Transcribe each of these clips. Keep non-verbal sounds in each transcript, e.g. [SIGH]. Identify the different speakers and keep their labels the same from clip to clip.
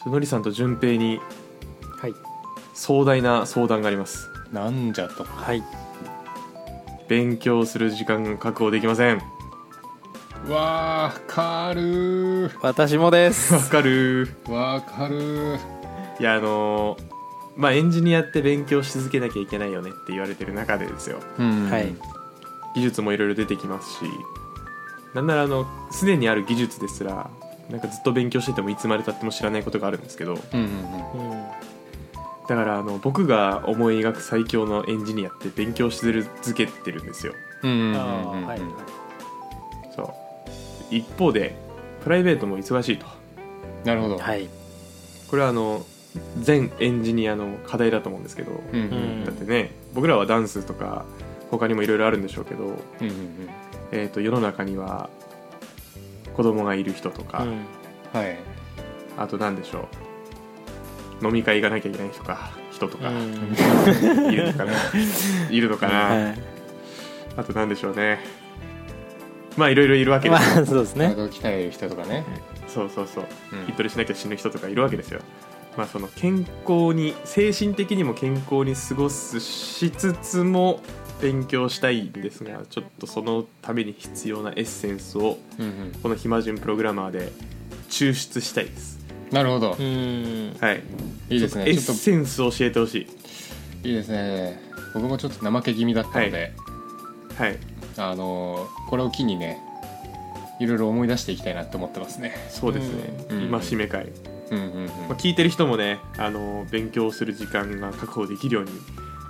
Speaker 1: ちょのりさんと順平に
Speaker 2: はい
Speaker 1: 壮大な相談があります
Speaker 3: なんじゃと
Speaker 2: はい
Speaker 1: 勉強する時間が確保できませんわ
Speaker 3: わかる
Speaker 2: 私もです
Speaker 1: かる
Speaker 3: わかる
Speaker 1: いやあのーまあエンジニアって勉強し続けなきゃいけないよねって言われてる中でですよ
Speaker 3: うん
Speaker 2: はい
Speaker 1: 技術もいろいろ出てきますしなんならあのすでにある技術ですらなんかずっと勉強しててもいつまでたっても知らないことがあるんですけど
Speaker 3: うんうん
Speaker 2: うん
Speaker 1: だからあの僕が思い描く最強のエンジニアって勉強し続けてるんですよ
Speaker 3: うんうんうん
Speaker 2: あ
Speaker 3: う
Speaker 2: ー
Speaker 3: ん
Speaker 2: はい
Speaker 1: そう一方でプライベートも忙しいと
Speaker 3: なるほど
Speaker 2: はい
Speaker 1: これはあの全エンジニアの課題だと思うんですけど、
Speaker 3: うんうん
Speaker 2: うん
Speaker 1: だってね僕らはダンスとか他にもいろいろあるんでしょうけど、
Speaker 3: うんうん
Speaker 1: えー、と世の中には子供がいる人とか、
Speaker 2: うん
Speaker 3: はい
Speaker 1: あと何でしょう飲み会行かなきゃいけない人か人とか、
Speaker 2: うん
Speaker 1: いるの
Speaker 2: [LAUGHS]
Speaker 1: かないるのかな、
Speaker 2: は
Speaker 1: あと何でしょうねまあいろいろいるわ
Speaker 2: い
Speaker 1: けで
Speaker 2: ます
Speaker 1: よ
Speaker 2: あそうですね
Speaker 3: 体を鍛える人とかね
Speaker 1: そうそうそう
Speaker 3: うん
Speaker 1: 筋トレしなきゃ死ぬ人とかいるわけですよ、まあ、その健康に精神的にも健康に過ごすしつつも勉強したいんですがちょっとそのために必要なエッセンスを
Speaker 3: うんうん
Speaker 1: この暇人プログラマーで抽出したいです
Speaker 3: なるほど
Speaker 2: うん
Speaker 1: はい
Speaker 3: いいですね
Speaker 1: エッ
Speaker 3: ちょっ
Speaker 1: センスを教えてほしい
Speaker 3: といいですね僕もちょっと怠け気味だったの
Speaker 1: は
Speaker 3: で
Speaker 1: はい
Speaker 3: あのーこれを機にねいろいろ思い出していきたいなって思ってますね
Speaker 1: そうですね
Speaker 3: うん
Speaker 1: 戒め会、
Speaker 3: うんうんうん
Speaker 1: まあ、聞いてる人もねあの勉強する時間が確保できるように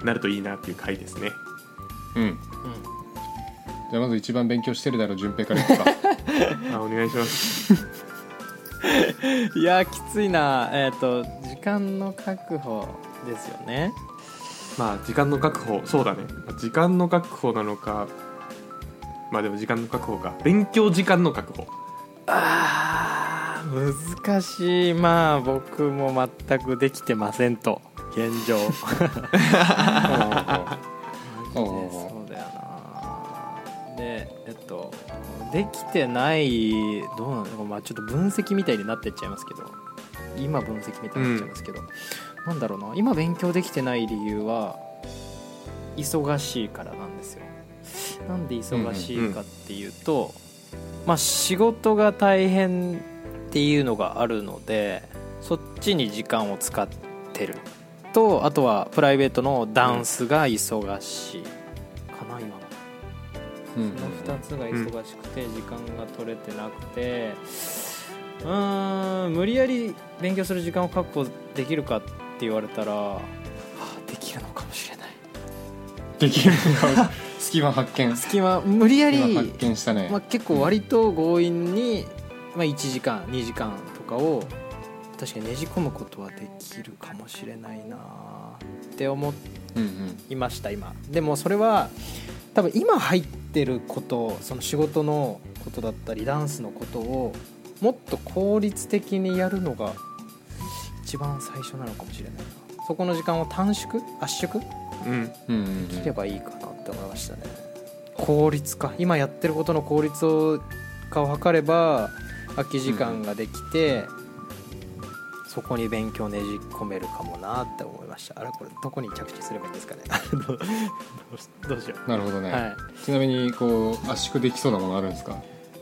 Speaker 1: なるといいなっていう回ですね
Speaker 3: うんじゃあまず一番勉強してるだろう順平からいくか
Speaker 1: あお願いします
Speaker 2: いやーきついなえっ、と時間の確保ですよね
Speaker 1: まあ時間の確保そうだねまあ時間の確保なのかまあでも時間の確保か勉強時間の確保
Speaker 2: あー難しいまあ僕も全くできてませんと現
Speaker 3: [LAUGHS]
Speaker 2: 状
Speaker 3: おうおうおう
Speaker 2: そうだよなでえっとできてないどうなの、まあ、ちょっと分析みたいになってっちゃいますけど今分析みたいになっちゃいますけど、なんだろうな今勉強できてない理由は忙しいからなんですよなんで忙しいかっていうと、まあ仕事が大変っていうのがあるのでそっちに時間を使ってるとあとはプライベートのダンスが忙しいかな今の
Speaker 3: うんうん
Speaker 2: この2つが忙しくて時間が取れてなくてうーん無理やり勉強する時間を確保できるかって言われたら、はあできるのかもしれない
Speaker 3: できるのか隙間発見
Speaker 2: 隙間無理や
Speaker 3: 今発
Speaker 2: り、
Speaker 3: 見したね
Speaker 2: まあ、結構割と強引に、まあ、1時間2時間とかを確かにねじ込むことはできるかもしれないなって思って
Speaker 3: うんうん
Speaker 2: いました今でもそれは多分今入ってることその仕事のことだったりダンスのことをもっと効率的にやるのが一番最初なのかもしれないなそこの時間を短縮圧縮
Speaker 1: うん
Speaker 3: うんうん
Speaker 2: すればいいかなって思いましたね効率化今やってることの効率を化を図れば空き時間ができて、そこに勉強ねじ込めるかもなって思いましたあれこれどこに着地すればいいんです [LAUGHS] かねどうどうしよ
Speaker 3: なるほど
Speaker 2: う、
Speaker 3: ね、
Speaker 2: は
Speaker 3: ちなみにこう圧縮できそうなものあるんですか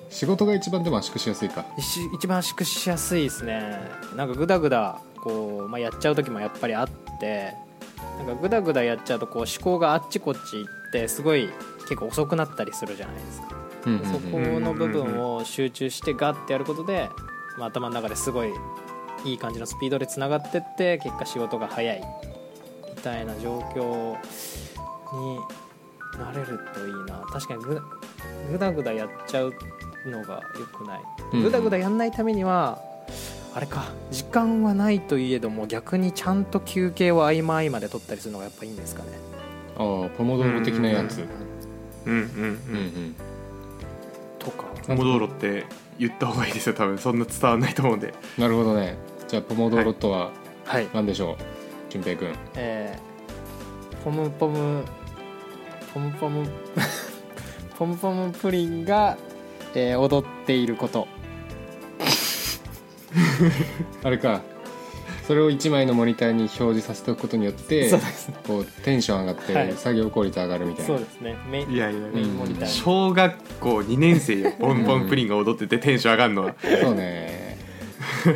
Speaker 3: 仕事が一番でも圧縮しやすいか
Speaker 2: い、し一番圧縮しやすいですねなんかグダグダこう、まあ、やっちゃう時もやっぱりあってなんかグダグダやっちゃうとこう思考があっちこっち行ってすごい結構遅くなったりするじゃないですか
Speaker 3: うんうんうん
Speaker 2: そこの部分を集中してガッてやることで、まあ、頭の中ですごいいい感じのスピードでつながってって結果仕事が早いみたいな状況になれるといいな確かにぐぐだぐだやっちゃうのが良くない
Speaker 3: うん
Speaker 2: ぐだぐだやんないためにはあれか時間はないといえども逆にちゃんと休憩を合間合間で取ったりするのがやっぱいいんですかね
Speaker 3: ああポモドーロ的なやつ
Speaker 1: うんうん
Speaker 3: う
Speaker 1: うん
Speaker 3: うんん
Speaker 2: とか
Speaker 1: ポモドーロって言った方がいいですよ多分そんな伝わんないと思うんで
Speaker 3: なるほどねじゃあポモドーロとは
Speaker 2: はい
Speaker 3: 何でしょう淳平君
Speaker 2: えーポムポムポムポム [LAUGHS] ポムポムプリンが、えー踊っていること
Speaker 3: あれかそれを1枚のモニターに表示させておくことによって
Speaker 2: そうですね
Speaker 3: こうテンション上がって、
Speaker 2: はい
Speaker 3: 作業効率上がるみたい
Speaker 2: そ
Speaker 3: な
Speaker 2: うですねメイン
Speaker 1: いやいやい
Speaker 2: メイ
Speaker 1: や
Speaker 2: ンモニターに
Speaker 1: 小学校2年生 [LAUGHS] よボンボンプリンが踊っててテンション上がるのは
Speaker 3: そうね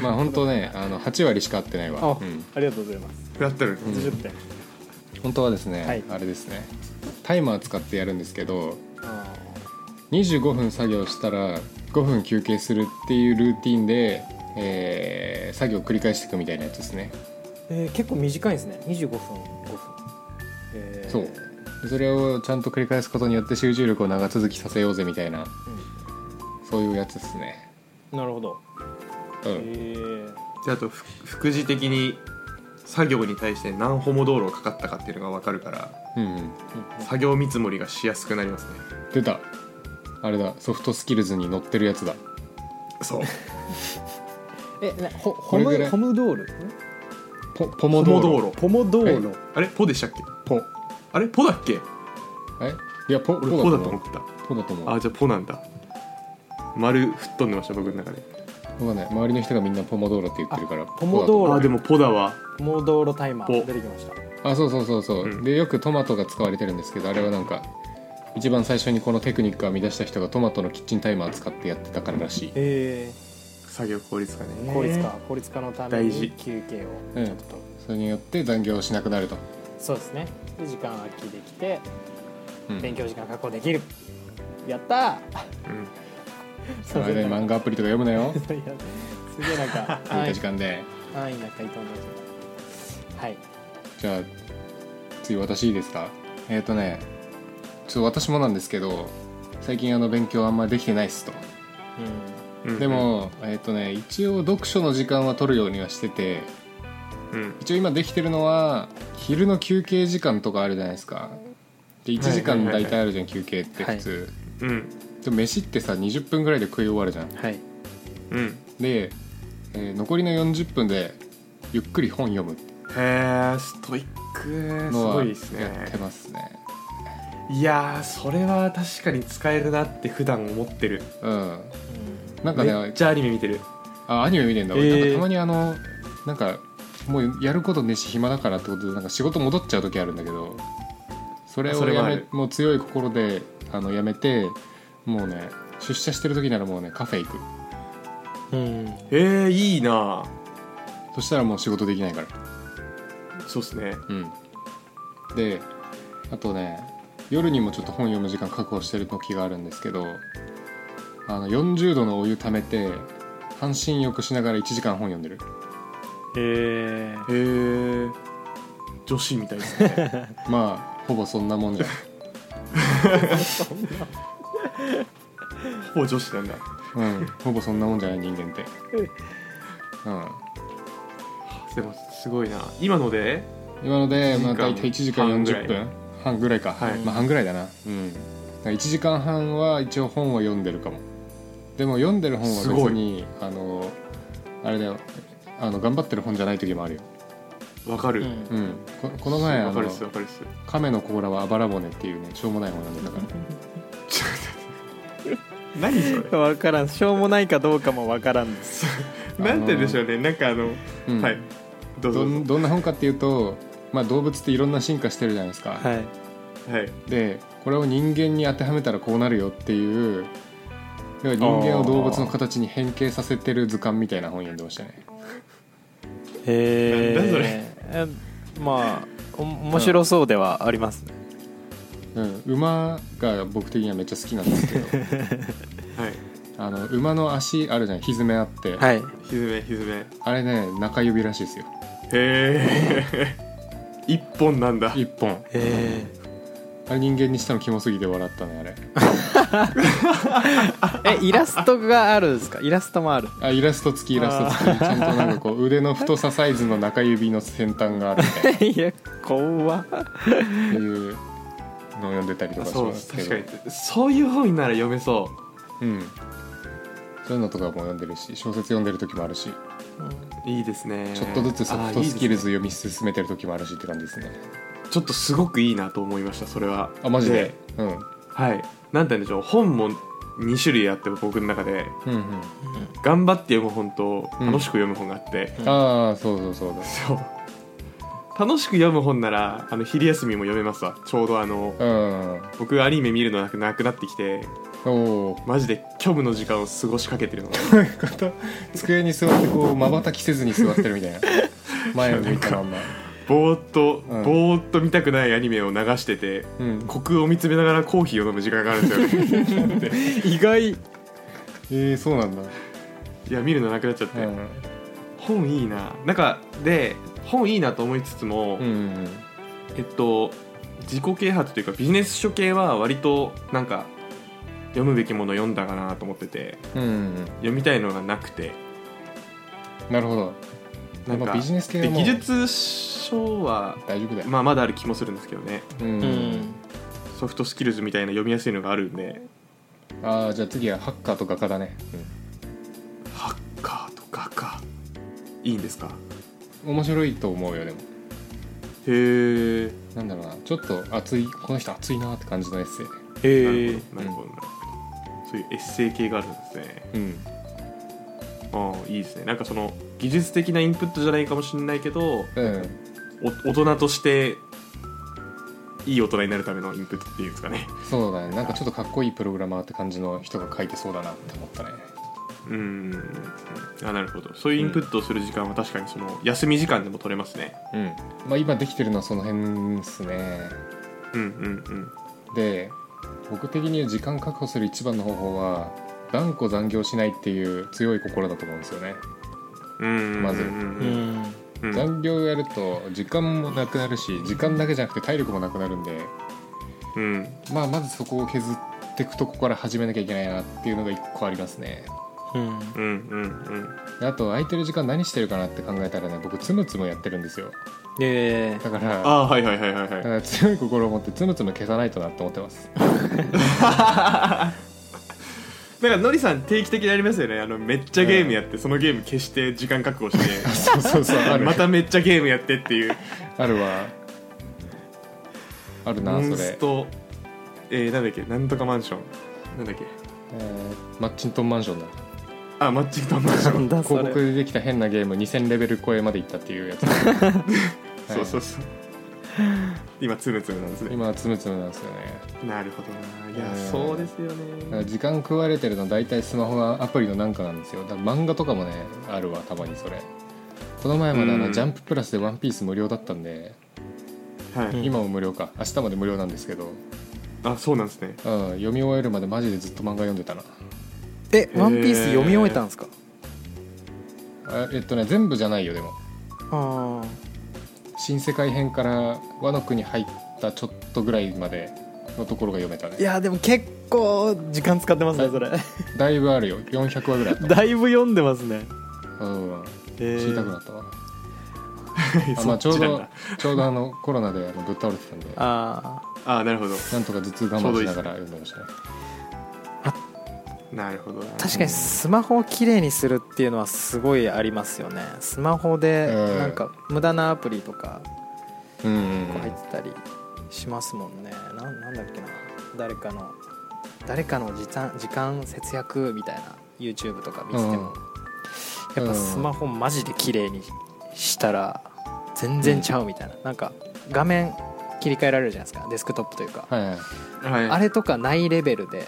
Speaker 3: まあ本当ねあの8割しか合ってないわ、
Speaker 2: あ
Speaker 3: うん
Speaker 2: ありがとうございます
Speaker 1: やってる
Speaker 3: ん
Speaker 2: 80点
Speaker 3: 本当はですね、
Speaker 2: はい
Speaker 3: あれですねタイマー使ってやるんですけど
Speaker 2: あ
Speaker 3: 25分作業したら5分休憩するっていうルーティンで、えー作業を繰り返していくみたいなやつですね
Speaker 2: ーえー結構短いですね25分5分えー
Speaker 3: そうでそれをちゃんと繰り返すことによって集中力を長続きさせようぜみたいなそういうやつですね
Speaker 2: うんなるほど
Speaker 3: う
Speaker 2: え
Speaker 3: ん
Speaker 2: ー
Speaker 1: であとふ副次的に作業に対して何歩も道路かかったかっていうのが分かるから
Speaker 3: うんうん
Speaker 1: 作業見積もりがしやすくなりますね
Speaker 3: 出たあれだソフトスキルズに載ってるやつだ
Speaker 1: そう
Speaker 2: えなほホ
Speaker 3: これぐら
Speaker 2: ム
Speaker 3: い
Speaker 2: ホムドール
Speaker 3: ポポ
Speaker 1: ポ
Speaker 3: モ道
Speaker 1: モ
Speaker 3: 路
Speaker 1: 道路
Speaker 2: ポモドー
Speaker 3: ー
Speaker 2: ル
Speaker 3: ル
Speaker 1: あれポでしたっけ
Speaker 3: ポ
Speaker 1: あれポだっけ
Speaker 3: えいやポポ
Speaker 1: 俺
Speaker 3: だ
Speaker 1: ポ
Speaker 3: と
Speaker 1: だと思
Speaker 3: 思
Speaker 1: っ
Speaker 3: う
Speaker 1: た
Speaker 3: ポだと思
Speaker 1: あ
Speaker 3: う
Speaker 1: じゃあポなんだ丸吹っ飛んでました僕の中で
Speaker 3: 僕はね周りの人がみんなポモ道路って言ってるから
Speaker 2: ポモ
Speaker 3: だと思う
Speaker 2: 道
Speaker 1: あ
Speaker 2: 路
Speaker 1: でもポだわ
Speaker 2: ポモドールタイマー
Speaker 1: お
Speaker 2: 出てきました
Speaker 3: あそうそうそうそう、
Speaker 1: うん
Speaker 3: でよくトマトが使われてるんですけどあれはなんか一番最初にこのテクニックを編み出した人がトマトのキッチンタイマー使ってやってたかららしい、
Speaker 2: え
Speaker 1: 作業効率化
Speaker 2: ー
Speaker 1: ね
Speaker 2: 効率化効率化のため
Speaker 1: 大事
Speaker 2: に休憩をちょっと
Speaker 3: それによって残業しなくなると、
Speaker 2: そうですねで時間空きできて
Speaker 3: うん
Speaker 2: 勉強時間確保できるやっ
Speaker 1: う
Speaker 2: た
Speaker 1: ん
Speaker 2: ー
Speaker 3: その間に漫画アプリとか読むなよ
Speaker 2: [LAUGHS] いやすげえなんか安
Speaker 3: 空いた
Speaker 2: 易
Speaker 3: 時間で
Speaker 2: 安易な回答になっちゃったはい
Speaker 3: じゃあ次私いいですかえっ、ー、とねちょっと私もなんですけど最近あの勉強あんまできてないっすと
Speaker 1: うん
Speaker 3: でも、えっ、とね一応読書の時間は取るようにはしてて
Speaker 1: うん
Speaker 3: 一応今できてるのは昼の休憩時間とかあるじゃないですかで1時間大体あるじゃん休憩って普通、
Speaker 1: うん
Speaker 3: でも飯ってさ20分ぐらいで食い終わるじゃん
Speaker 2: うんはい
Speaker 1: うん
Speaker 3: で、えー残りの40分でゆっくり本読むって
Speaker 1: へえストイックす
Speaker 3: のは
Speaker 1: ごい
Speaker 3: や
Speaker 1: ですね
Speaker 3: ってますね
Speaker 1: いやーそれは確かに使えるなって普段思ってる
Speaker 3: うん
Speaker 2: う
Speaker 3: なんか
Speaker 1: めっ
Speaker 3: ね
Speaker 1: ちゃアニメ見てる
Speaker 3: あアニメ見てんだ、
Speaker 1: えー
Speaker 3: 俺なんかたまにあのなんかもうやることねえし暇だからってことでなんか仕事戻っちゃう時あるんだけどそれ
Speaker 1: あそ
Speaker 3: を
Speaker 1: れ
Speaker 3: や
Speaker 1: はあ
Speaker 3: め
Speaker 1: る
Speaker 3: もう強い心であのやめてもうね出社してる時ならもうねカフェ行く
Speaker 2: ん、うん
Speaker 1: へえいいな
Speaker 3: そしたらもう仕事できないから
Speaker 1: そうっすね
Speaker 3: うんであとね夜にもちょっと本読む時間確保してる時があるんですけどあの40度のお湯溜めて半身浴しながら1時間本読んでる
Speaker 2: えー
Speaker 1: へえ女子みたいです
Speaker 3: [LAUGHS]
Speaker 1: ね
Speaker 3: まあほぼそんなもんじゃん
Speaker 1: ほぼ女子なんだ
Speaker 3: うん、ほぼそんなもんじゃない人間って。うん、
Speaker 1: でもすごいな今ので
Speaker 3: 今ので、まあ、
Speaker 1: 一時間
Speaker 3: 大体
Speaker 1: 半ぐらい
Speaker 3: 1時間40分半ぐらいか、
Speaker 1: はい
Speaker 3: まあ、半ぐらいだな、うん、だから1時間半は一応本は読んでるかもでも読んでる本は
Speaker 1: すご
Speaker 3: 別にあのあれだよあの頑張ってる本じゃない時もあるよ、
Speaker 1: わかる、
Speaker 2: う
Speaker 1: わ
Speaker 2: ん
Speaker 3: うん、ここの前あ
Speaker 1: か
Speaker 3: の
Speaker 1: るっすわかるっす
Speaker 3: 「亀の甲羅はあばら骨」っていうねしょうもない本なんだから
Speaker 1: ちょっと待って何そ
Speaker 2: 分からんしょうもないかどうかも分からんです
Speaker 1: れなんて言うんでしょうねなんかあの、
Speaker 3: うん
Speaker 1: はいどうぞ
Speaker 3: どんどんな本かっていうと、まあ、動物っていろんな進化してるじゃないですか、
Speaker 2: はい
Speaker 1: はい
Speaker 3: でこれを人間に当てはめたらこうなるよっていう要は人間を動物の形に変形させてる図鑑みたいな本読んでましたね
Speaker 2: え
Speaker 1: なんだそれ
Speaker 2: えまあお面白そうではありますね、
Speaker 3: うん馬が僕的にはめっちゃ好きなんですけど
Speaker 1: はい
Speaker 3: あの馬の足あるじゃんひずめあって、
Speaker 2: はい
Speaker 1: ひずめひずめへ
Speaker 3: あれね中指らしいですよ
Speaker 1: え [LAUGHS] 一本なんだ
Speaker 3: 一本
Speaker 2: え
Speaker 3: あれ人間にしたのキモすぎて笑ったねあれ
Speaker 2: ー、えイラストがあるんですかイラストもある
Speaker 3: あイラスト付きイラスト付きちゃんとなんかこう腕の太さサイズの中指の先端があるみたいない
Speaker 2: や怖
Speaker 3: っていうのを読んでたりとか
Speaker 1: [LAUGHS]
Speaker 3: し
Speaker 1: そう
Speaker 3: ますけど
Speaker 1: 確かにそういう本なら読めそ
Speaker 3: うん、そういうのとかも読んでるし小説読んでる時もあるし
Speaker 1: ういいですね
Speaker 3: ちょっとずつソフトスキルズ
Speaker 1: あーいいですね
Speaker 3: 読み進めてる時もあるしって感じですね
Speaker 1: ちょっとすごくいいなと思いましたそれは
Speaker 3: あマジでうん
Speaker 1: はいなんて言うんでしょう本も2種類あって僕の中で
Speaker 3: うんうん
Speaker 1: 頑張って読む本と
Speaker 3: うん
Speaker 1: 楽しく読む本があって、
Speaker 2: うん
Speaker 3: ああそうそうそう
Speaker 1: そう楽しく読む本ならあの昼休みも読めますわちょうどあの
Speaker 3: だうん
Speaker 1: 僕アニメ見るのなくなくなってきて
Speaker 3: おお
Speaker 1: マジで虚無の時間を過ごしかけてるのが
Speaker 3: 机に座ってこうまばたきせずに座ってる
Speaker 1: [LAUGHS]
Speaker 3: みたいな前を向いたまんま
Speaker 1: ぼーっと、
Speaker 3: うん
Speaker 1: ぼーっと見たくないアニメを流してて
Speaker 3: うん
Speaker 1: 虚空を見つめながらコーヒーを飲む時間があるんですよ
Speaker 3: [LAUGHS]
Speaker 1: ね
Speaker 2: 意外
Speaker 3: えー、そうなんだ、
Speaker 1: いや見るのなくなっちゃって、
Speaker 3: うん
Speaker 1: 本いいななんかで本いいなと思いつつも、
Speaker 3: うんうん
Speaker 1: えっと自己啓発というかビジネス書系は割となんか読むべきもの読んだかなと思ってて
Speaker 3: うんうんうん
Speaker 1: 読みたいのがなくて
Speaker 3: なるほど
Speaker 1: なん
Speaker 3: ま
Speaker 1: か
Speaker 3: あビジネス系は
Speaker 1: で
Speaker 3: も
Speaker 1: 技
Speaker 3: う
Speaker 1: 術書は、
Speaker 3: 大丈夫だよ、
Speaker 1: まあ、まだある気もするんですけどね
Speaker 3: う
Speaker 2: うんん
Speaker 1: ソフトスキルズみたいな読みやすいのがあるんで
Speaker 3: ああじゃあ次はハッカーと画家だね、
Speaker 1: ハッカーと画家いいんですか
Speaker 3: うん、面白いと思うよでも
Speaker 1: へえ
Speaker 3: なんだろうなちょっと熱いこの人熱いなって感じのエッセイ
Speaker 1: へえ
Speaker 3: え
Speaker 1: なるほどなるほどそういうエッセイ系があるんですね
Speaker 3: うん
Speaker 1: ああいいですねなんかその技術的なインプットじゃないかもしれないけど
Speaker 3: うん
Speaker 1: お大人としていい大人になるためのインプットっていうんですかね
Speaker 3: そうだねなんかちょっとかっこいいプログラマーって感じの人が書いてそうだなって思ったね
Speaker 1: うんあなるほどそういうインプットをする時間は確かにその休み時間でも取れますね
Speaker 3: うんまあ今できてるのはその辺ですね
Speaker 1: うんうん
Speaker 3: で僕的に時間確保する一番の方法は断固残業しないっていう強い心だと思うんですよね、
Speaker 1: うんうん
Speaker 3: まず
Speaker 1: うんうん
Speaker 2: う
Speaker 1: うんう
Speaker 2: ん
Speaker 1: ん
Speaker 3: 残業やると時間もなくなるし時間だけじゃなくて体力もなくなるんで
Speaker 1: うん
Speaker 3: まあまずそこを削っていくとこから始めなきゃいけないなっていうのが一個ありますね
Speaker 2: うん
Speaker 1: うんうん
Speaker 3: であと空いてる時間何してるかなって考えたらね僕つむつむやってるんですよ
Speaker 2: え
Speaker 3: だから
Speaker 1: ああはいはいはいはい
Speaker 3: だ
Speaker 1: は
Speaker 3: か
Speaker 1: い
Speaker 3: ら強い心を持ってつむつむ消さないとなって思って
Speaker 1: [LAUGHS]
Speaker 3: ます
Speaker 1: なんかのりさん定期的にありますよねあのめっちゃゲームやってそのゲーム消して時間確保して
Speaker 3: そうそうそうある
Speaker 1: まためっちゃゲームやってっていう
Speaker 3: あるわある
Speaker 1: モ
Speaker 3: なそ
Speaker 1: ン
Speaker 3: れ
Speaker 1: ス、トえー、なんだっけなんとかマンションなんだっけ
Speaker 3: えーマッチントンマンションだ
Speaker 1: あマッチングマンショ
Speaker 2: なん
Speaker 1: ン
Speaker 2: だそ
Speaker 3: 広
Speaker 2: れ
Speaker 3: 告でできた変なゲーム2000レベル超えまでいったっていう
Speaker 1: [LAUGHS]
Speaker 3: やつ、
Speaker 1: そ
Speaker 3: は
Speaker 1: う
Speaker 3: い
Speaker 1: そうそう今ツムツムなんですね
Speaker 3: 今はつむつむなんですよね
Speaker 1: なるほどないや、
Speaker 3: うん
Speaker 1: そうですよ
Speaker 3: だから
Speaker 1: ね
Speaker 3: 時間食われてるのは大体スマホがアプリのなんかなんですよだから漫画とかもねあるわたまにそれこの前まであの、
Speaker 1: うん
Speaker 3: ジャンププラス」で「ワンピース無料だったんで
Speaker 1: は
Speaker 2: うん
Speaker 1: い
Speaker 3: 今も無料か明日まで無料なんですけど、うん、
Speaker 1: あそうなんですね
Speaker 3: 読み終えるまでマジでずっと漫画読んでたな
Speaker 2: えワンピース読み終えたんですか
Speaker 3: あえっとね全部じゃないよでも
Speaker 2: ああ
Speaker 3: 新世界編から和の国入ったちょっとぐらいまでのところが読めた
Speaker 2: い
Speaker 3: ね
Speaker 2: やでも結構時間使ってますねそれ [LAUGHS]
Speaker 3: だいぶあるよ400話ぐらいあった
Speaker 2: だいぶ読んでますね
Speaker 3: うん
Speaker 2: え
Speaker 3: 知りたくな
Speaker 1: [LAUGHS]
Speaker 2: ー、
Speaker 3: ったわ、あま
Speaker 1: そ
Speaker 3: あ
Speaker 1: っ
Speaker 3: ちょう
Speaker 1: ちなん
Speaker 3: ど
Speaker 1: だ
Speaker 3: ちょうどあのコロナであのぶっ倒れてたんで
Speaker 2: あ
Speaker 1: あなるほど
Speaker 3: なんとか頭痛我慢しながら読んでましたね
Speaker 1: なるほどな
Speaker 2: ー確かにスマホをきれいにするっていうのはすごいありますよねスマホで
Speaker 3: うん
Speaker 2: なんか無駄なアプリとか
Speaker 3: うん
Speaker 2: こう入ってたりしますもんねななんだっけな誰かの誰かの時間時間節約みたいな YouTube とか見てても、
Speaker 3: うん
Speaker 2: やっぱスマホマジで綺麗にしたら全然ちゃうみたいな、なんか画面切り替えられるじゃないですかデスクトップというか、
Speaker 3: はいはい
Speaker 1: はい
Speaker 2: あれとかないレベルで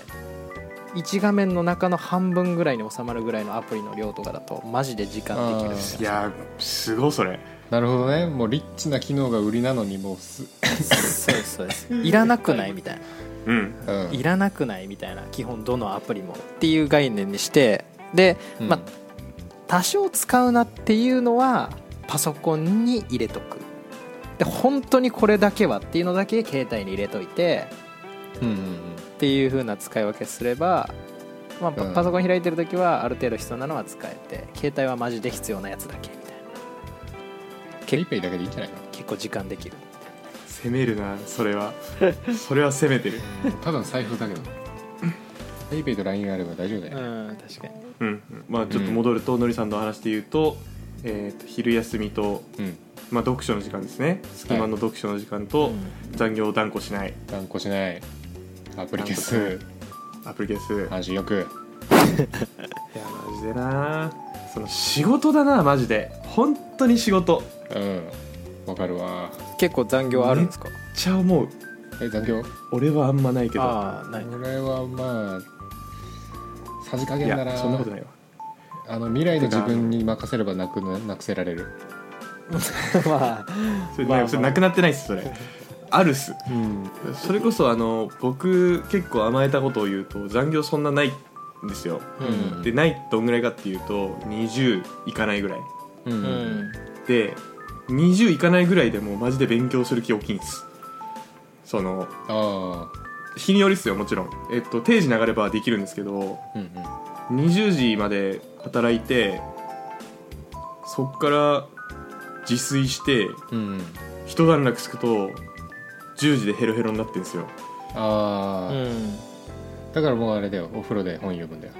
Speaker 2: 1画面の中の半分ぐらいに収まるぐらいのアプリの量とかだとマジで時間できるみたい
Speaker 1: いやすごいそれ
Speaker 3: なるほどねもうリッチな機能が売りなのにもうす、
Speaker 2: なそうですそうです [LAUGHS] いらなくないみたいな
Speaker 1: うん
Speaker 3: うん
Speaker 2: いらなくないみたいな基本どのアプリもっていう概念にしてで
Speaker 3: うん
Speaker 2: ま多少使うなっていうのはパソコンに入れとくで本当にこれだけはっていうのだけ携帯に入れといて
Speaker 3: うんうんうん
Speaker 2: っていう風な使い分けすれば、まあ、パ
Speaker 3: うん
Speaker 2: パソコン開いてる時はある程度必要なのは使えて携帯はマジで必要なやつだけみたい
Speaker 3: ペイペイだけでいいんじゃない
Speaker 2: な結構時間できる
Speaker 1: 攻めるなそれはそれは攻めてる
Speaker 3: のただの財布だけどペイペイと LINE があれば大丈夫だ
Speaker 2: う
Speaker 3: よ、
Speaker 2: ん確かに
Speaker 1: うんうんまあちょっと戻ると、のりさんの話で言うと,、えーと昼休みと、
Speaker 3: うん、
Speaker 1: まあ、読書の時間ですね隙間の読書の時間と、
Speaker 2: うん
Speaker 1: 残業を断固しない
Speaker 3: 断固しないアプリ消す
Speaker 1: アプリケース、い、
Speaker 3: 安心よく
Speaker 1: やマジでなその仕事だなマジで本当に仕事めっ
Speaker 3: うんわかるわ
Speaker 2: 結構残業あるんですか、
Speaker 1: ちゃ思う
Speaker 3: え残業こ
Speaker 1: 俺はあんまないけど
Speaker 2: ああない
Speaker 3: れはまあさじ加
Speaker 1: い
Speaker 3: 減だな
Speaker 1: やそんなことないわ
Speaker 3: あの未来の自分に任せればなくななくせられる
Speaker 2: まあ
Speaker 1: それ,、
Speaker 2: まあまあ
Speaker 1: それなくなってないっすそ
Speaker 2: [LAUGHS]
Speaker 1: れあるっす
Speaker 3: うん
Speaker 1: それこそあの僕結構甘えたことを言うと残業そんなないんですよ
Speaker 2: [LAUGHS] うん
Speaker 1: でないどんぐらいかっていうと20いかないぐらい
Speaker 3: うん、
Speaker 2: うん、
Speaker 1: で20いかないぐらいでもうマジで勉強する気大きいんですその
Speaker 3: あ
Speaker 1: 日によりっすよもちろん、えっと、定時流ればできるんですけど
Speaker 3: あうんうん
Speaker 1: 20時まで働いてそっから自炊して
Speaker 3: うん
Speaker 1: 一段落つくと10時でヘロヘロになってんですよ
Speaker 3: ああ、
Speaker 2: うん [LAUGHS]
Speaker 3: だからもうあれだよお風呂で本読むんだよ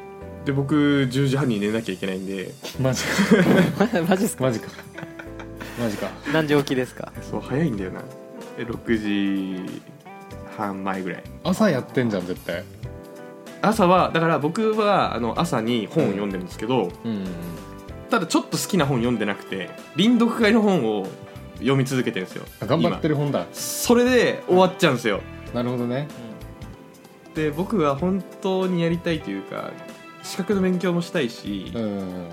Speaker 1: で僕10時半に寝なきゃいけないんで
Speaker 3: マジか
Speaker 2: [LAUGHS] マジですか
Speaker 3: [LAUGHS] マジかマジか
Speaker 2: 何時起きですか
Speaker 1: そう早いんだよなえ6時半前ぐらい
Speaker 3: 朝やってんじゃん絶対
Speaker 1: 朝はだから僕はあの朝に本を読んでるんですけど、
Speaker 3: うん
Speaker 1: ただちょっと好きな本読んでなくて臨読会の本を読み続けてるんですよ
Speaker 3: 頑張って
Speaker 1: る
Speaker 3: る本だ
Speaker 1: それで終わっちゃうんですよ、
Speaker 3: なるほどね
Speaker 1: で僕は本当にやりたいというか資格の勉強もしたいし、
Speaker 3: う
Speaker 1: ま
Speaker 3: ん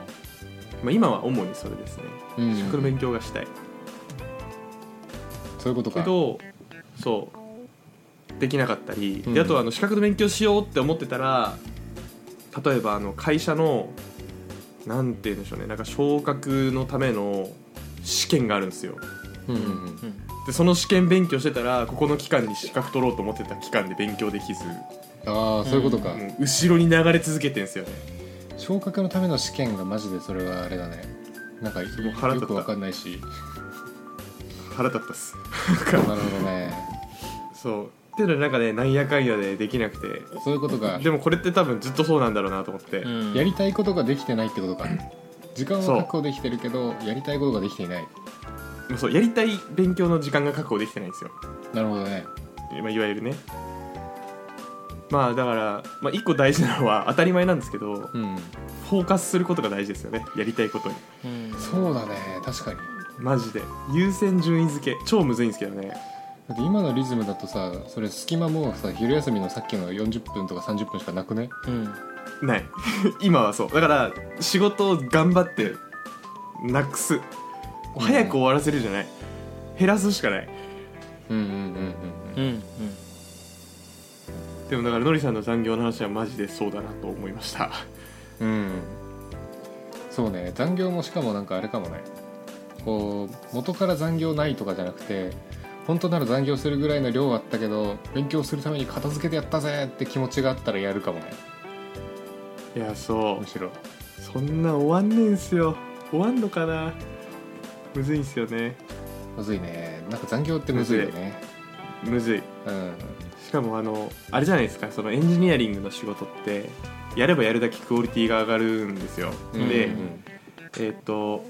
Speaker 1: あ、今は主にそれですね
Speaker 3: うん
Speaker 1: 資格の勉強がしたい、
Speaker 3: そういうことか
Speaker 1: けどそうできなかったり、
Speaker 3: うん
Speaker 1: であとはあの資格の勉強しようって思ってたら例えばあの会社のなんて言うんでしょうねなんか昇格のための試験があるんですよ
Speaker 3: うんうん
Speaker 2: うん
Speaker 3: うん
Speaker 1: でその試験勉強してたらここの期間に資格取ろうと思ってた期間で勉強できず、
Speaker 3: ああそういうことか、
Speaker 1: うん後ろに流れ続けてんですよね
Speaker 3: 昇格のための試験がマジでそれはあれだねなんかよ
Speaker 1: もう腹立った
Speaker 3: くわかんないし
Speaker 1: 腹立ったっす
Speaker 3: なるほどね
Speaker 1: そうっていうのでなんかねなんやかんやでできなくて
Speaker 3: そういうことか
Speaker 1: でもこれって多分ずっとそうなんだろうなと思って、
Speaker 2: うん
Speaker 3: やりたいことができてないってことか時間は確保できてるけどやりたいことができていない
Speaker 1: もうそうやりたい勉強の時間が確保できてないんですよ
Speaker 3: なるほどね
Speaker 1: まあ、いわゆるねまあだから、まあ、一個大事なのは当たり前なんですけど、
Speaker 3: うん
Speaker 1: フォーカスすることが大事ですよねやりたいことに
Speaker 2: うん
Speaker 3: そうだね確かに
Speaker 1: マジで優先順位付け超むずいんですけどね
Speaker 3: だって今のリズムだとさそれ隙間もさ昼休みのさっきの40分とか30分しかなくね
Speaker 2: うん
Speaker 1: ない [LAUGHS] 今はそうだから仕事を頑張ってなくす早く終わらせるじゃない、減らすしかない
Speaker 3: うんうんうんうんうん
Speaker 2: うん
Speaker 1: でもだからのりさんの残業の話はマジでそうだなと思いました
Speaker 3: うんそうね残業もしかもなんかあれかもねこう元から残業ないとかじゃなくて本当なら残業するぐらいの量はあったけど勉強するために片付けてやったぜって気持ちがあったらやるかもね
Speaker 1: いやそ
Speaker 3: むしろ
Speaker 1: うそんな終わんねえんすよ終わんのかなむずいんすよね
Speaker 3: むずいねなんか残業ってむずいよね
Speaker 1: むずい
Speaker 3: うん
Speaker 1: しかもあのあれじゃないですかそのエンジニアリングの仕事ってやればやるだけクオリティが上がるんですよ、
Speaker 3: うん
Speaker 1: で
Speaker 3: うん
Speaker 1: えっ、と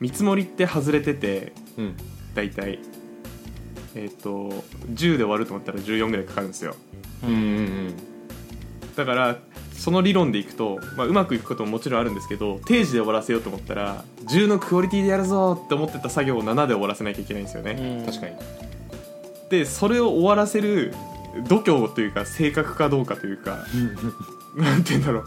Speaker 1: 見積もりって外れてて
Speaker 3: うん
Speaker 1: 大体えっ、と10で終わると思ったら14ぐらいかかるんですよ
Speaker 3: うんうん
Speaker 1: だからその理論でいくと、まあ、うまくいくことももちろんあるんですけど定時で終わらせようと思ったら10のクオリティでやるぞって思ってた作業を7で終わらせなきゃいけないんですよね、
Speaker 2: うん
Speaker 3: 確かに
Speaker 1: でそれを終わらせる度胸というか性格かどうかというかなんて言うんだろう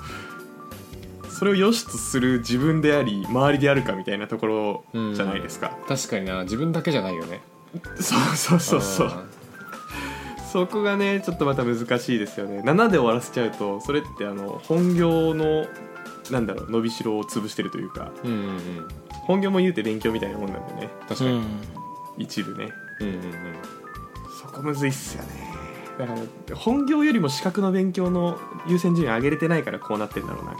Speaker 1: それを良しとする自分であり周りであるかみたいなところじゃないですか、
Speaker 3: 確かにな自分だけじゃないよね
Speaker 1: そうそうそうそ
Speaker 3: あ
Speaker 1: うそこがねちょっとまた難しいですよね7で終わらせちゃうとそれってあの本業のなんだろう伸びしろを潰してるというか
Speaker 3: ーうんうんうん
Speaker 1: 本業も言うて勉強みたいなもんなんでね
Speaker 3: 確か
Speaker 2: う
Speaker 3: に、
Speaker 2: ん
Speaker 1: 一部ね
Speaker 3: うんうんうん
Speaker 1: そこむずいっすよねだから本業よりも資格の勉強の優先順位上げれてないからこうなってんだろうなきっ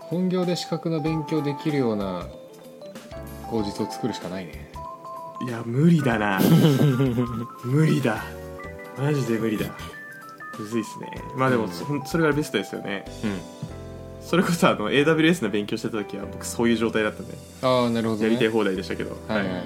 Speaker 3: 本業で資格の勉強できるような口実を作るしかないね
Speaker 1: といや無理だ [LAUGHS] な無理だマジで無理だむずいっすねまあでも、
Speaker 3: うん
Speaker 1: ほんそれがベストですよね
Speaker 3: うん
Speaker 1: それこそあの AWS の勉強してた時は僕そういう状態だったんで
Speaker 3: ああなるほど、ね、
Speaker 1: やりたい放題でしたけど、
Speaker 3: はいはいはい、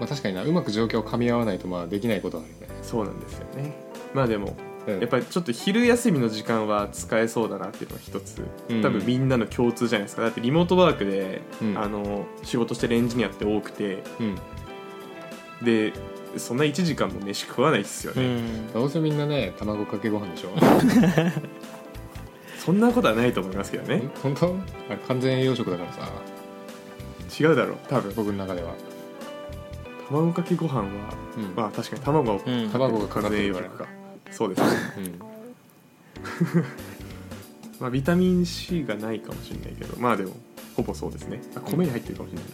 Speaker 3: まあ、確かになうまく状況をかみ合わないとまあできないことはあるよね
Speaker 1: そうなんですよねまあでも
Speaker 3: うん
Speaker 1: やっぱりちょっと昼休みの時間は使えそうだなっていうのが一つ
Speaker 3: うん
Speaker 1: 多分みんなの共通じゃないですかだってリモートワークで、
Speaker 3: うん
Speaker 1: あの仕事してるエンジニアって多くて
Speaker 3: うん
Speaker 1: でそんな1時間も飯食わないっすよ
Speaker 2: う
Speaker 1: ね、
Speaker 2: ん
Speaker 3: どうせみんなね卵かけご飯でしょ
Speaker 1: そんなことはないと思いますけどね
Speaker 3: [LAUGHS] 本当あれ完全栄養食だからさ
Speaker 1: 違うだろう多分
Speaker 3: 僕の中では、
Speaker 1: 卵かけご飯は
Speaker 3: うん
Speaker 1: まあ確かに卵を
Speaker 2: うん
Speaker 3: 卵がかかって
Speaker 1: 栄
Speaker 3: る
Speaker 1: 養
Speaker 3: から
Speaker 1: 食かそうですね、
Speaker 3: うん
Speaker 1: まあ、ビタミン C がないかもしれないけどまあでもほぼそうですねあ米に入ってるかもしれない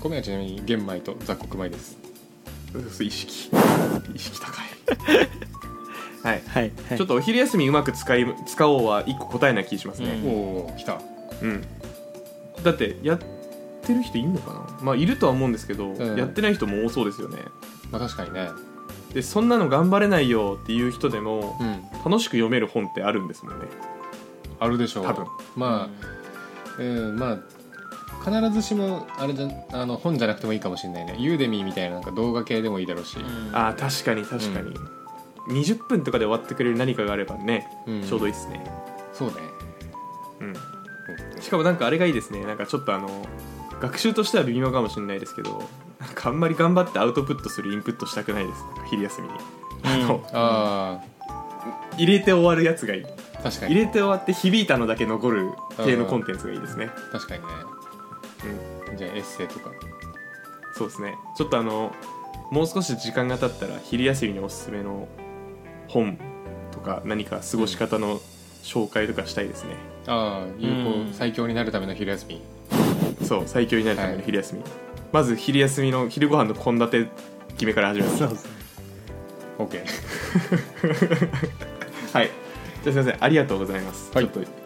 Speaker 3: 米はちなみに玄米と雑穀米です
Speaker 1: そうそう意識意識高いはい
Speaker 2: はいはい
Speaker 1: ちょっとお昼休みうまく使い使おうは一個答えな気します
Speaker 2: う
Speaker 1: ね
Speaker 2: ん
Speaker 3: おお来た
Speaker 1: うん、だってやってる人いんのかなまあいるとは思うんですけど、
Speaker 3: ん
Speaker 1: やってない人も多そうですよね
Speaker 3: まあ確かにね
Speaker 1: でそんなの頑張れないよっていう人でも、
Speaker 3: うん
Speaker 1: 楽しく読める本ってあるんですもんね
Speaker 3: あるでしょう
Speaker 1: 多分
Speaker 3: まあうんまあ必ずしもあれじゃあの本じゃなくてもいいかもしれないねユーデミーみたいななんか動画系でもいいだろうし、
Speaker 2: うん
Speaker 1: ああ確かに確かに、20分とかで終わってくれる何かがあればね、
Speaker 3: うん
Speaker 1: ちょうどいいですね
Speaker 3: そうね、
Speaker 1: うん
Speaker 3: うん
Speaker 1: しかもなんかあれがいいですねなんかちょっとあの学習としては微妙かもしれないですけどなんかあんまり頑張ってアウトプットするインプットしたくないですなんか昼休みに、あの
Speaker 3: あ
Speaker 1: 入れて終わるやつがいい
Speaker 3: あ確か
Speaker 1: 入
Speaker 3: に
Speaker 1: れて終わって響いたのだけ残る系のコンテンツがいいですね
Speaker 3: 確かにね
Speaker 1: うん
Speaker 3: じゃあエッセイとか
Speaker 1: そうですねちょっとあのもう少し時間が経ったら昼休みにおすすめの本とか何か過ごし方の紹介とかしたいですね、
Speaker 3: ああ有
Speaker 2: う
Speaker 3: 効
Speaker 2: ん
Speaker 3: 最強になるための昼休み
Speaker 1: そう最強になるための昼休み、まず昼休みの昼ご飯の献立決めから始めます
Speaker 2: そうですね
Speaker 3: OK
Speaker 1: はい。じゃあすみません、ありがとうございます。
Speaker 3: はい
Speaker 1: ちょっと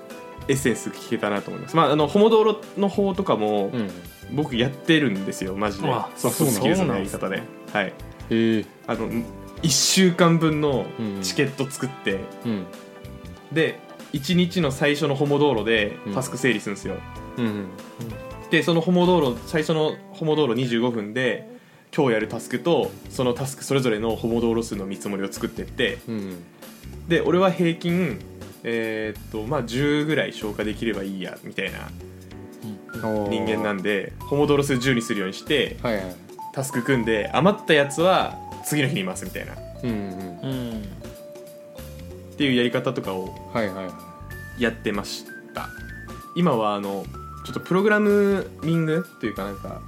Speaker 1: エッセンス聞けたなと思います。まあ、あの、ホモドロの方とかも、
Speaker 3: うんへ
Speaker 1: 僕やってるんですよ、マジで。
Speaker 2: あ
Speaker 1: そう
Speaker 2: そう
Speaker 1: スキルズ
Speaker 2: そう
Speaker 1: の
Speaker 2: な
Speaker 1: や
Speaker 2: ん
Speaker 1: り
Speaker 2: ですね
Speaker 1: 方で。はい。
Speaker 3: え
Speaker 1: あの、1週間分の
Speaker 3: うん
Speaker 1: チケット作って、
Speaker 3: うん
Speaker 1: で、1日の最初のホモ道路で
Speaker 3: うん
Speaker 1: タスク整理するんですよ。
Speaker 3: うん
Speaker 1: で、そのホモ道路、最初のホモ道路25分で、今日やるタスクとそのタスクそれぞれのホモ道路数の見積もりを作ってって
Speaker 3: うん
Speaker 1: で俺は平均えーっとまあ10ぐらい消化できればいいやみたいな人間なんんでホモドロス10にするようにして
Speaker 3: はいはい
Speaker 1: タスク組んで余ったやつは次の日に回すみたいなっ
Speaker 3: うんうん
Speaker 2: うん
Speaker 1: ていうやり方とかを
Speaker 3: はいはい
Speaker 1: やってました今はあのちょっとプログラミングというかなんか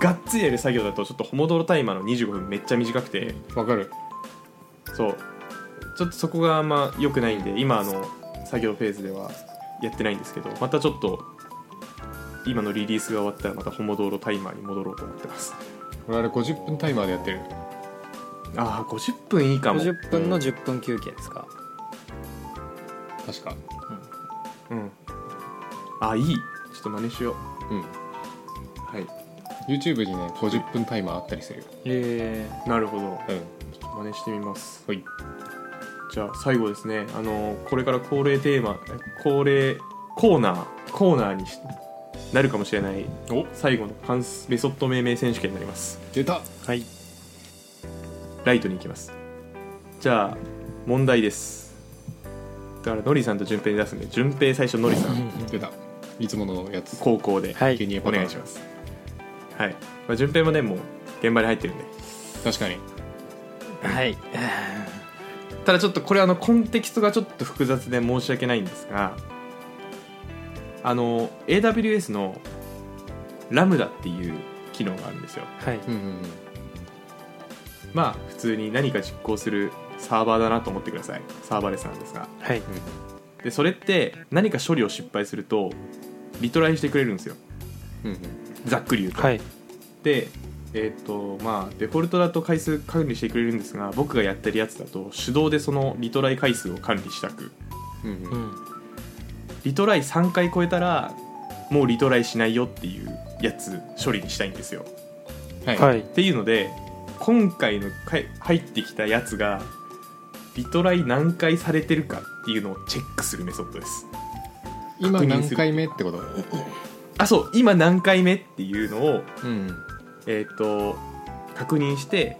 Speaker 1: がっつりやる作業だとちょっとホモドロタイマーの25分めっちゃ短くて
Speaker 3: わかる
Speaker 1: そうちょっとそこがあんま良くないんで今あの作業フェーズではやってないんですけどまたちょっと今のリリースが終わったらまたホモドロタイマーに戻ろうと思ってます
Speaker 3: 俺あれ50分タイマーでやってる
Speaker 1: ああ50分いいかも
Speaker 2: 50分の10分休憩ですか
Speaker 3: 確か
Speaker 1: うんあいいちょっと真似しよ
Speaker 3: うん
Speaker 1: うはい
Speaker 3: YouTube にね50分タイマーあったりするよ
Speaker 2: え
Speaker 1: なるほど
Speaker 3: うん
Speaker 1: 真似してみます
Speaker 3: はい
Speaker 1: じゃあ最後ですねあのこれから恒例テーマ恒例コーナーコーナーにしなるかもしれない
Speaker 3: お
Speaker 1: 最後の関数メソッド命名選手権になります
Speaker 3: 出た
Speaker 2: えはい
Speaker 1: ライトに行きますじゃあ問題ですだからノリさんと順平に出すんで順平最初ノリさん
Speaker 3: 出たいつものやつ
Speaker 1: 高校で
Speaker 2: はい
Speaker 3: 牛乳
Speaker 1: お
Speaker 3: パターン
Speaker 1: 願いしますはい、まあ、順平もねもう現場に入ってるんで
Speaker 3: 確かに
Speaker 2: はい
Speaker 1: ただちょっとこれあのコンテキストがちょっと複雑で申し訳ないんですがあの AWS のラムダっていう機能があるんですよ
Speaker 2: はい
Speaker 3: うんうん
Speaker 1: まあ普通に何か実行するサーバーだなと思ってくださいサーバーレスなんですが
Speaker 2: はい
Speaker 1: でそれって何か処理を失敗するとリトライしてくれるんですよ
Speaker 3: うんうん
Speaker 1: ざっくり言うと、
Speaker 2: はい
Speaker 1: でえっ、とまあデフォルトだと回数管理してくれるんですが僕がやってるやつだと手動でそのリトライ回数を管理したく
Speaker 3: うんうん
Speaker 2: う
Speaker 3: うん
Speaker 2: ん
Speaker 1: リトライ3回超えたらもうリトライしないよっていうやつ処理にしたいんですよ
Speaker 3: はい
Speaker 2: はい
Speaker 1: っていうので今回のかい入ってきたやつがリトライ何回されてるかっていうのをチェックするメソッドです
Speaker 3: 今
Speaker 1: 確認
Speaker 3: 何
Speaker 1: する
Speaker 3: 回目ってこと
Speaker 1: あそう今何回目っていうのを
Speaker 3: うん
Speaker 1: えっ、と確認して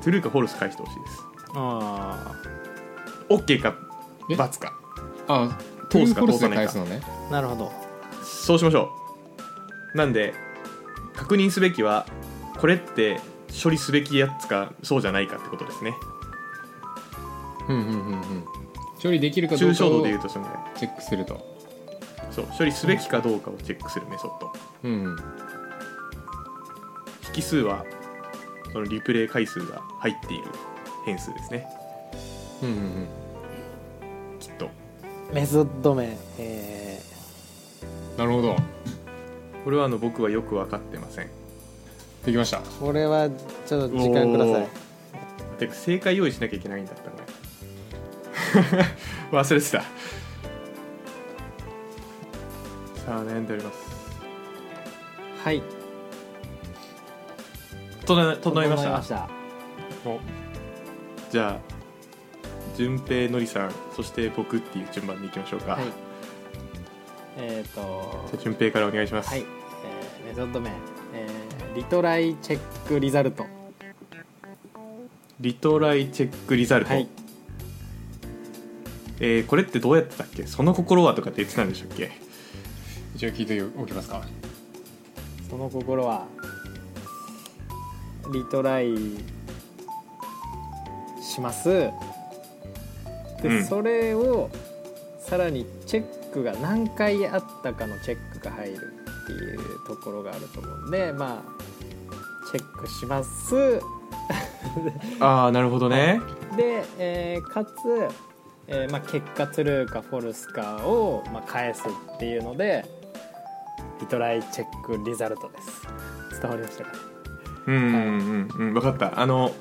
Speaker 1: トゥルーかフォルス返してほしいです
Speaker 2: あ
Speaker 1: OK か
Speaker 3: え
Speaker 1: ×か
Speaker 3: あ
Speaker 1: 通すか
Speaker 3: フルコース
Speaker 1: 通さ
Speaker 3: で
Speaker 1: ない
Speaker 3: 返
Speaker 1: か
Speaker 3: すのね
Speaker 2: なるほど
Speaker 1: そうしましょうなんで確認すべきはこれって処理すべきやつかそうじゃないかってことですね
Speaker 3: うんうんうんうん処理できるかどう
Speaker 1: 抽
Speaker 3: か
Speaker 1: 象度
Speaker 3: を
Speaker 1: で言う
Speaker 3: チ
Speaker 1: とそのぐらい
Speaker 3: ェックすると
Speaker 1: そう処理すべきかどうかをチェックするメソッド
Speaker 3: うんうん
Speaker 1: 引数はそのリプレイ回数が入っている変数ですね
Speaker 3: うんうん
Speaker 1: きっと
Speaker 2: メソッド名え
Speaker 3: なるほど
Speaker 1: これはあの僕はよく分かってません
Speaker 3: できました
Speaker 2: ー、これはちょっと時間ください
Speaker 1: おーてか正解用意しなきゃいけないんだったね [LAUGHS] 忘れてたさあ悩んでおります
Speaker 2: はい
Speaker 1: 整え整いました
Speaker 2: た
Speaker 1: おじゃあ順平のりさんそして僕っていう順番でいきましょうか、
Speaker 2: はい
Speaker 1: じ
Speaker 2: えっ、
Speaker 1: ゃあ
Speaker 2: と
Speaker 1: 順平からお願いします、
Speaker 2: はい、えーメソッド名、えーリトライチェックリザルト
Speaker 1: リトライチェックリザルト、
Speaker 2: はい
Speaker 1: えーこれってどうやってたっけその心はとかって言ってたんでしたっけ
Speaker 3: 一応聞いておきますか
Speaker 2: その心はリトライしますで、
Speaker 1: うん
Speaker 2: それをさらにチェックが何回あったかのチェックが入るっていうところがあると思うんでまあチェックします
Speaker 1: ああなるほどね、
Speaker 2: で、えーかつ、えーまあ、結果トゥルーかフォルスかを、まあ、返すっていうのでリトライチェックリザルトです伝わりましたか
Speaker 1: うんうんうんうん分かったあの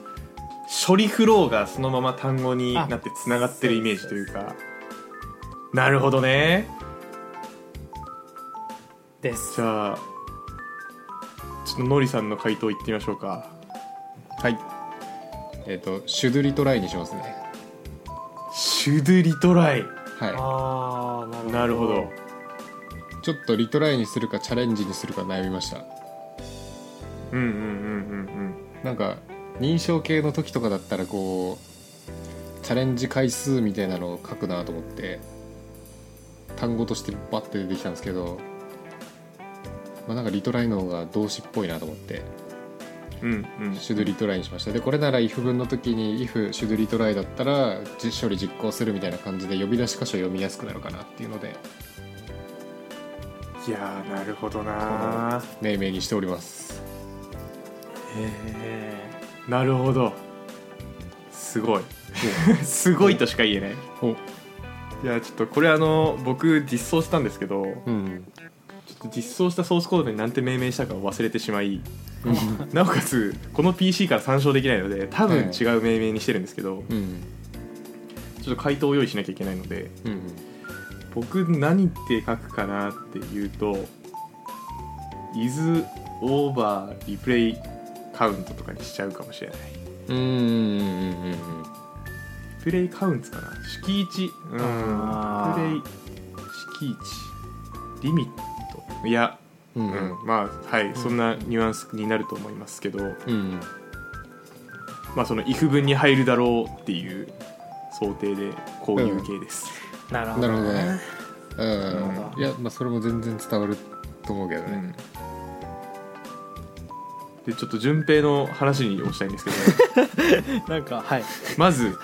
Speaker 1: 処理フローがそのまま単語になってつながってるイメージというかなるほどね
Speaker 2: です
Speaker 1: じゃあちょっとのりさんの回答いってみましょうか
Speaker 3: はいえっ、とシュドゥリトライにしますね
Speaker 1: シュドゥリトライ
Speaker 3: は
Speaker 2: ああ
Speaker 1: なるほど
Speaker 3: いちょっとリトライにするかチャレンジにするか悩みました
Speaker 1: うんうんうんうん
Speaker 3: なんか認証系の時とかだったらこうチャレンジ回数みたいなのを書くなと思って単語としてバッて出てきたんですけど、まあ、なんかリトライの方が動詞っぽいなと思って
Speaker 1: うんうんうん
Speaker 3: シュドゥリトライにしましたでこれなら if 文の時に if シュドゥリトライだったら実処理実行するみたいな感じで呼び出し箇所読みやすくなるかなっていうので
Speaker 1: いやーなるほどな
Speaker 3: 命名にしております
Speaker 1: へえなるほどすごいすごいとしか言えない
Speaker 3: お
Speaker 1: いやちょっとこれあの僕実装したんですけど
Speaker 3: うん
Speaker 1: ちょっと実装したソースコードに何て命名したかを忘れてしまいなおかつこの PC から参照できないので多分違う命名にしてるんですけど、
Speaker 3: うん
Speaker 1: ちょっと回答を用意しなきゃいけないので
Speaker 3: うん
Speaker 1: 僕何って書くかなっていうと「is over replay count」とかにしちゃうかもしれない
Speaker 3: うんうんうんうんうん
Speaker 1: リプレイカウンツかな敷地うんリ
Speaker 2: あ
Speaker 1: プレ
Speaker 2: ー
Speaker 1: イ敷地リミットいや、
Speaker 3: う
Speaker 1: うん
Speaker 3: んうん
Speaker 1: まあはい、そんなニュアンスになると思いますけど、
Speaker 3: うん
Speaker 1: まあその if 文に入るだろうっていう想定でこういう系です、
Speaker 2: なる
Speaker 3: なるほどね
Speaker 1: ほ
Speaker 3: うんいやまあそれも全然伝わると思うけど
Speaker 1: う
Speaker 3: ね
Speaker 1: んでちょっと順平の話に押したいんですけど
Speaker 2: なんかはい
Speaker 1: まず、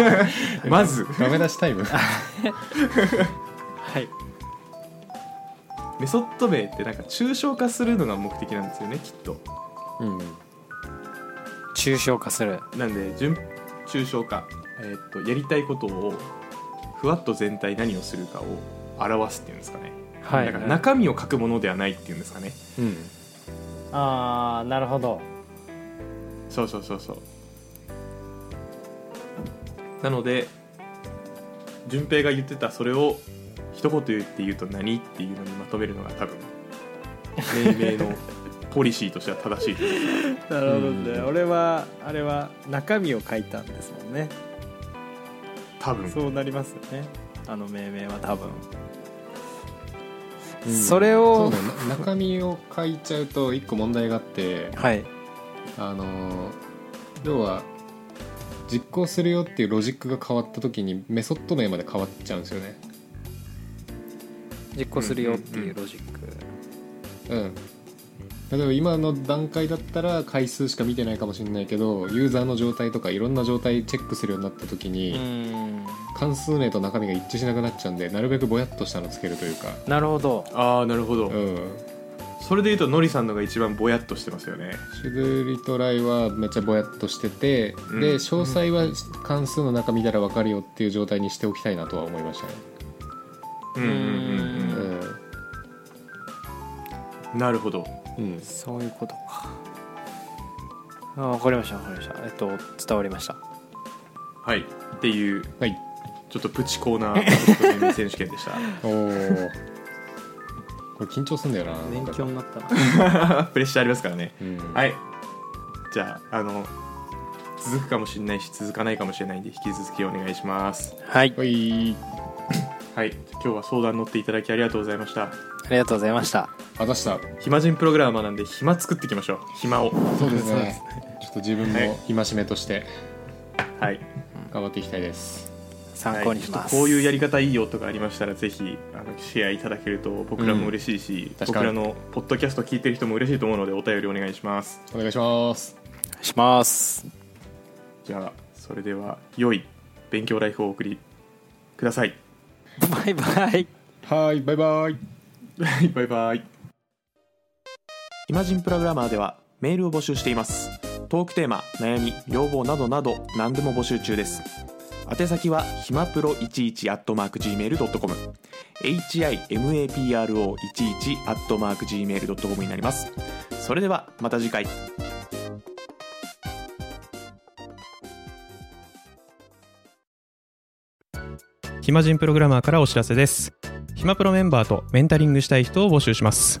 Speaker 1: [LAUGHS] まず
Speaker 3: ダメ出しタイム
Speaker 2: はい
Speaker 1: メソッド名ってなんか抽象化するのが目的なんですよねきっと
Speaker 3: うん
Speaker 2: 抽象化する
Speaker 1: なんで順抽象化、えーっとやりたいことをふわっと全体何をするかを表すっていうんですかね、
Speaker 2: はい
Speaker 1: だから中身を書くものではないっていうんですかね
Speaker 3: うん
Speaker 2: ああなるほど
Speaker 1: そうそうそうそうなので順平が言ってたそれを一言言って言うと何っていうのにまとめるのが多分命名のポリシーとしては正しいと思う
Speaker 2: なるほどね
Speaker 3: うん
Speaker 2: 俺はあれは中身を書いたんですもんね
Speaker 1: 多分
Speaker 2: そうなりますよねあの命名は多分
Speaker 3: うん
Speaker 2: それを
Speaker 3: そうだよな中身を書いちゃうと一個問題があって
Speaker 2: はい
Speaker 3: あのー要は実行するよっていうロジックが変わった時にメソッド名まで変わっちゃうんですよね
Speaker 2: 実行するよっていうロジック、
Speaker 3: うん例えば今の段階だったら回数しか見てないかもしれないけどユーザーの状態とかいろんな状態チェックするようになった時
Speaker 2: う
Speaker 3: に
Speaker 2: ん
Speaker 3: 関数名と中身が一致しなくなっちゃうんでなるべくぼやっとしたのつけるというか
Speaker 2: なるほど
Speaker 1: ああなるほど、
Speaker 3: うん
Speaker 1: それでいうとのりさんのが一番ぼやっとしてますよね
Speaker 3: シュドゥリトライはめっちゃぼやっとしてて、
Speaker 1: うん
Speaker 3: で詳細は関数の中見たら分かるよっていう状態にしておきたいなとは思いましたね、
Speaker 1: うんうんうん
Speaker 2: う
Speaker 1: うんなるほど
Speaker 3: うんうん、
Speaker 2: そういうことかあ分かりました分かりましたえっと伝わりました
Speaker 1: はいっていう
Speaker 3: はい
Speaker 1: ちょっとプチコーナーソフトウェア選手権でした
Speaker 3: おーこれ緊張すんだよな
Speaker 2: 勉強になったな
Speaker 1: [LAUGHS] プレッシャーありますからね
Speaker 3: うん、
Speaker 1: はいいじゃああの続くかもしれないし続かないかもしれないんで引き続きお願いします
Speaker 2: はい
Speaker 3: はい、
Speaker 1: はい今日は相談乗っていただきありがとうございました
Speaker 2: ありがとうございました
Speaker 3: あたした
Speaker 1: 暇人プログラマーなんで暇作っていきましょう暇を
Speaker 3: そうです
Speaker 2: そうで
Speaker 3: ね
Speaker 2: す
Speaker 3: [LAUGHS] ちょっと自分
Speaker 1: はい
Speaker 3: も戒めとして
Speaker 1: はい
Speaker 3: 頑張っていきたいです、
Speaker 2: 参考にします、
Speaker 1: はいちょっとこういうやり方いいよとかありましたらぜひあのシェアいただけると僕らも嬉しいし、
Speaker 3: 確か
Speaker 1: 僕
Speaker 3: に
Speaker 1: らのポッドキャスト聞いてる人も嬉しいと思うのでお便りお願いします
Speaker 3: お願いします
Speaker 2: お願いします
Speaker 1: じゃあそれでは良い勉強ライフをお送りください
Speaker 2: バイバイ
Speaker 3: はいバイバイ
Speaker 1: はいバイバイ暇人プログラマーではメールを募集していますトークテーマ悩み要望などなど何でも募集中です宛先はひまプロ11 at mark gmail.com himapro11 at mark gmail.com になりますそれではまた次回
Speaker 4: 暇人プログラマーからお知らせです暇プロメンバーとメンタリングしたい人を募集します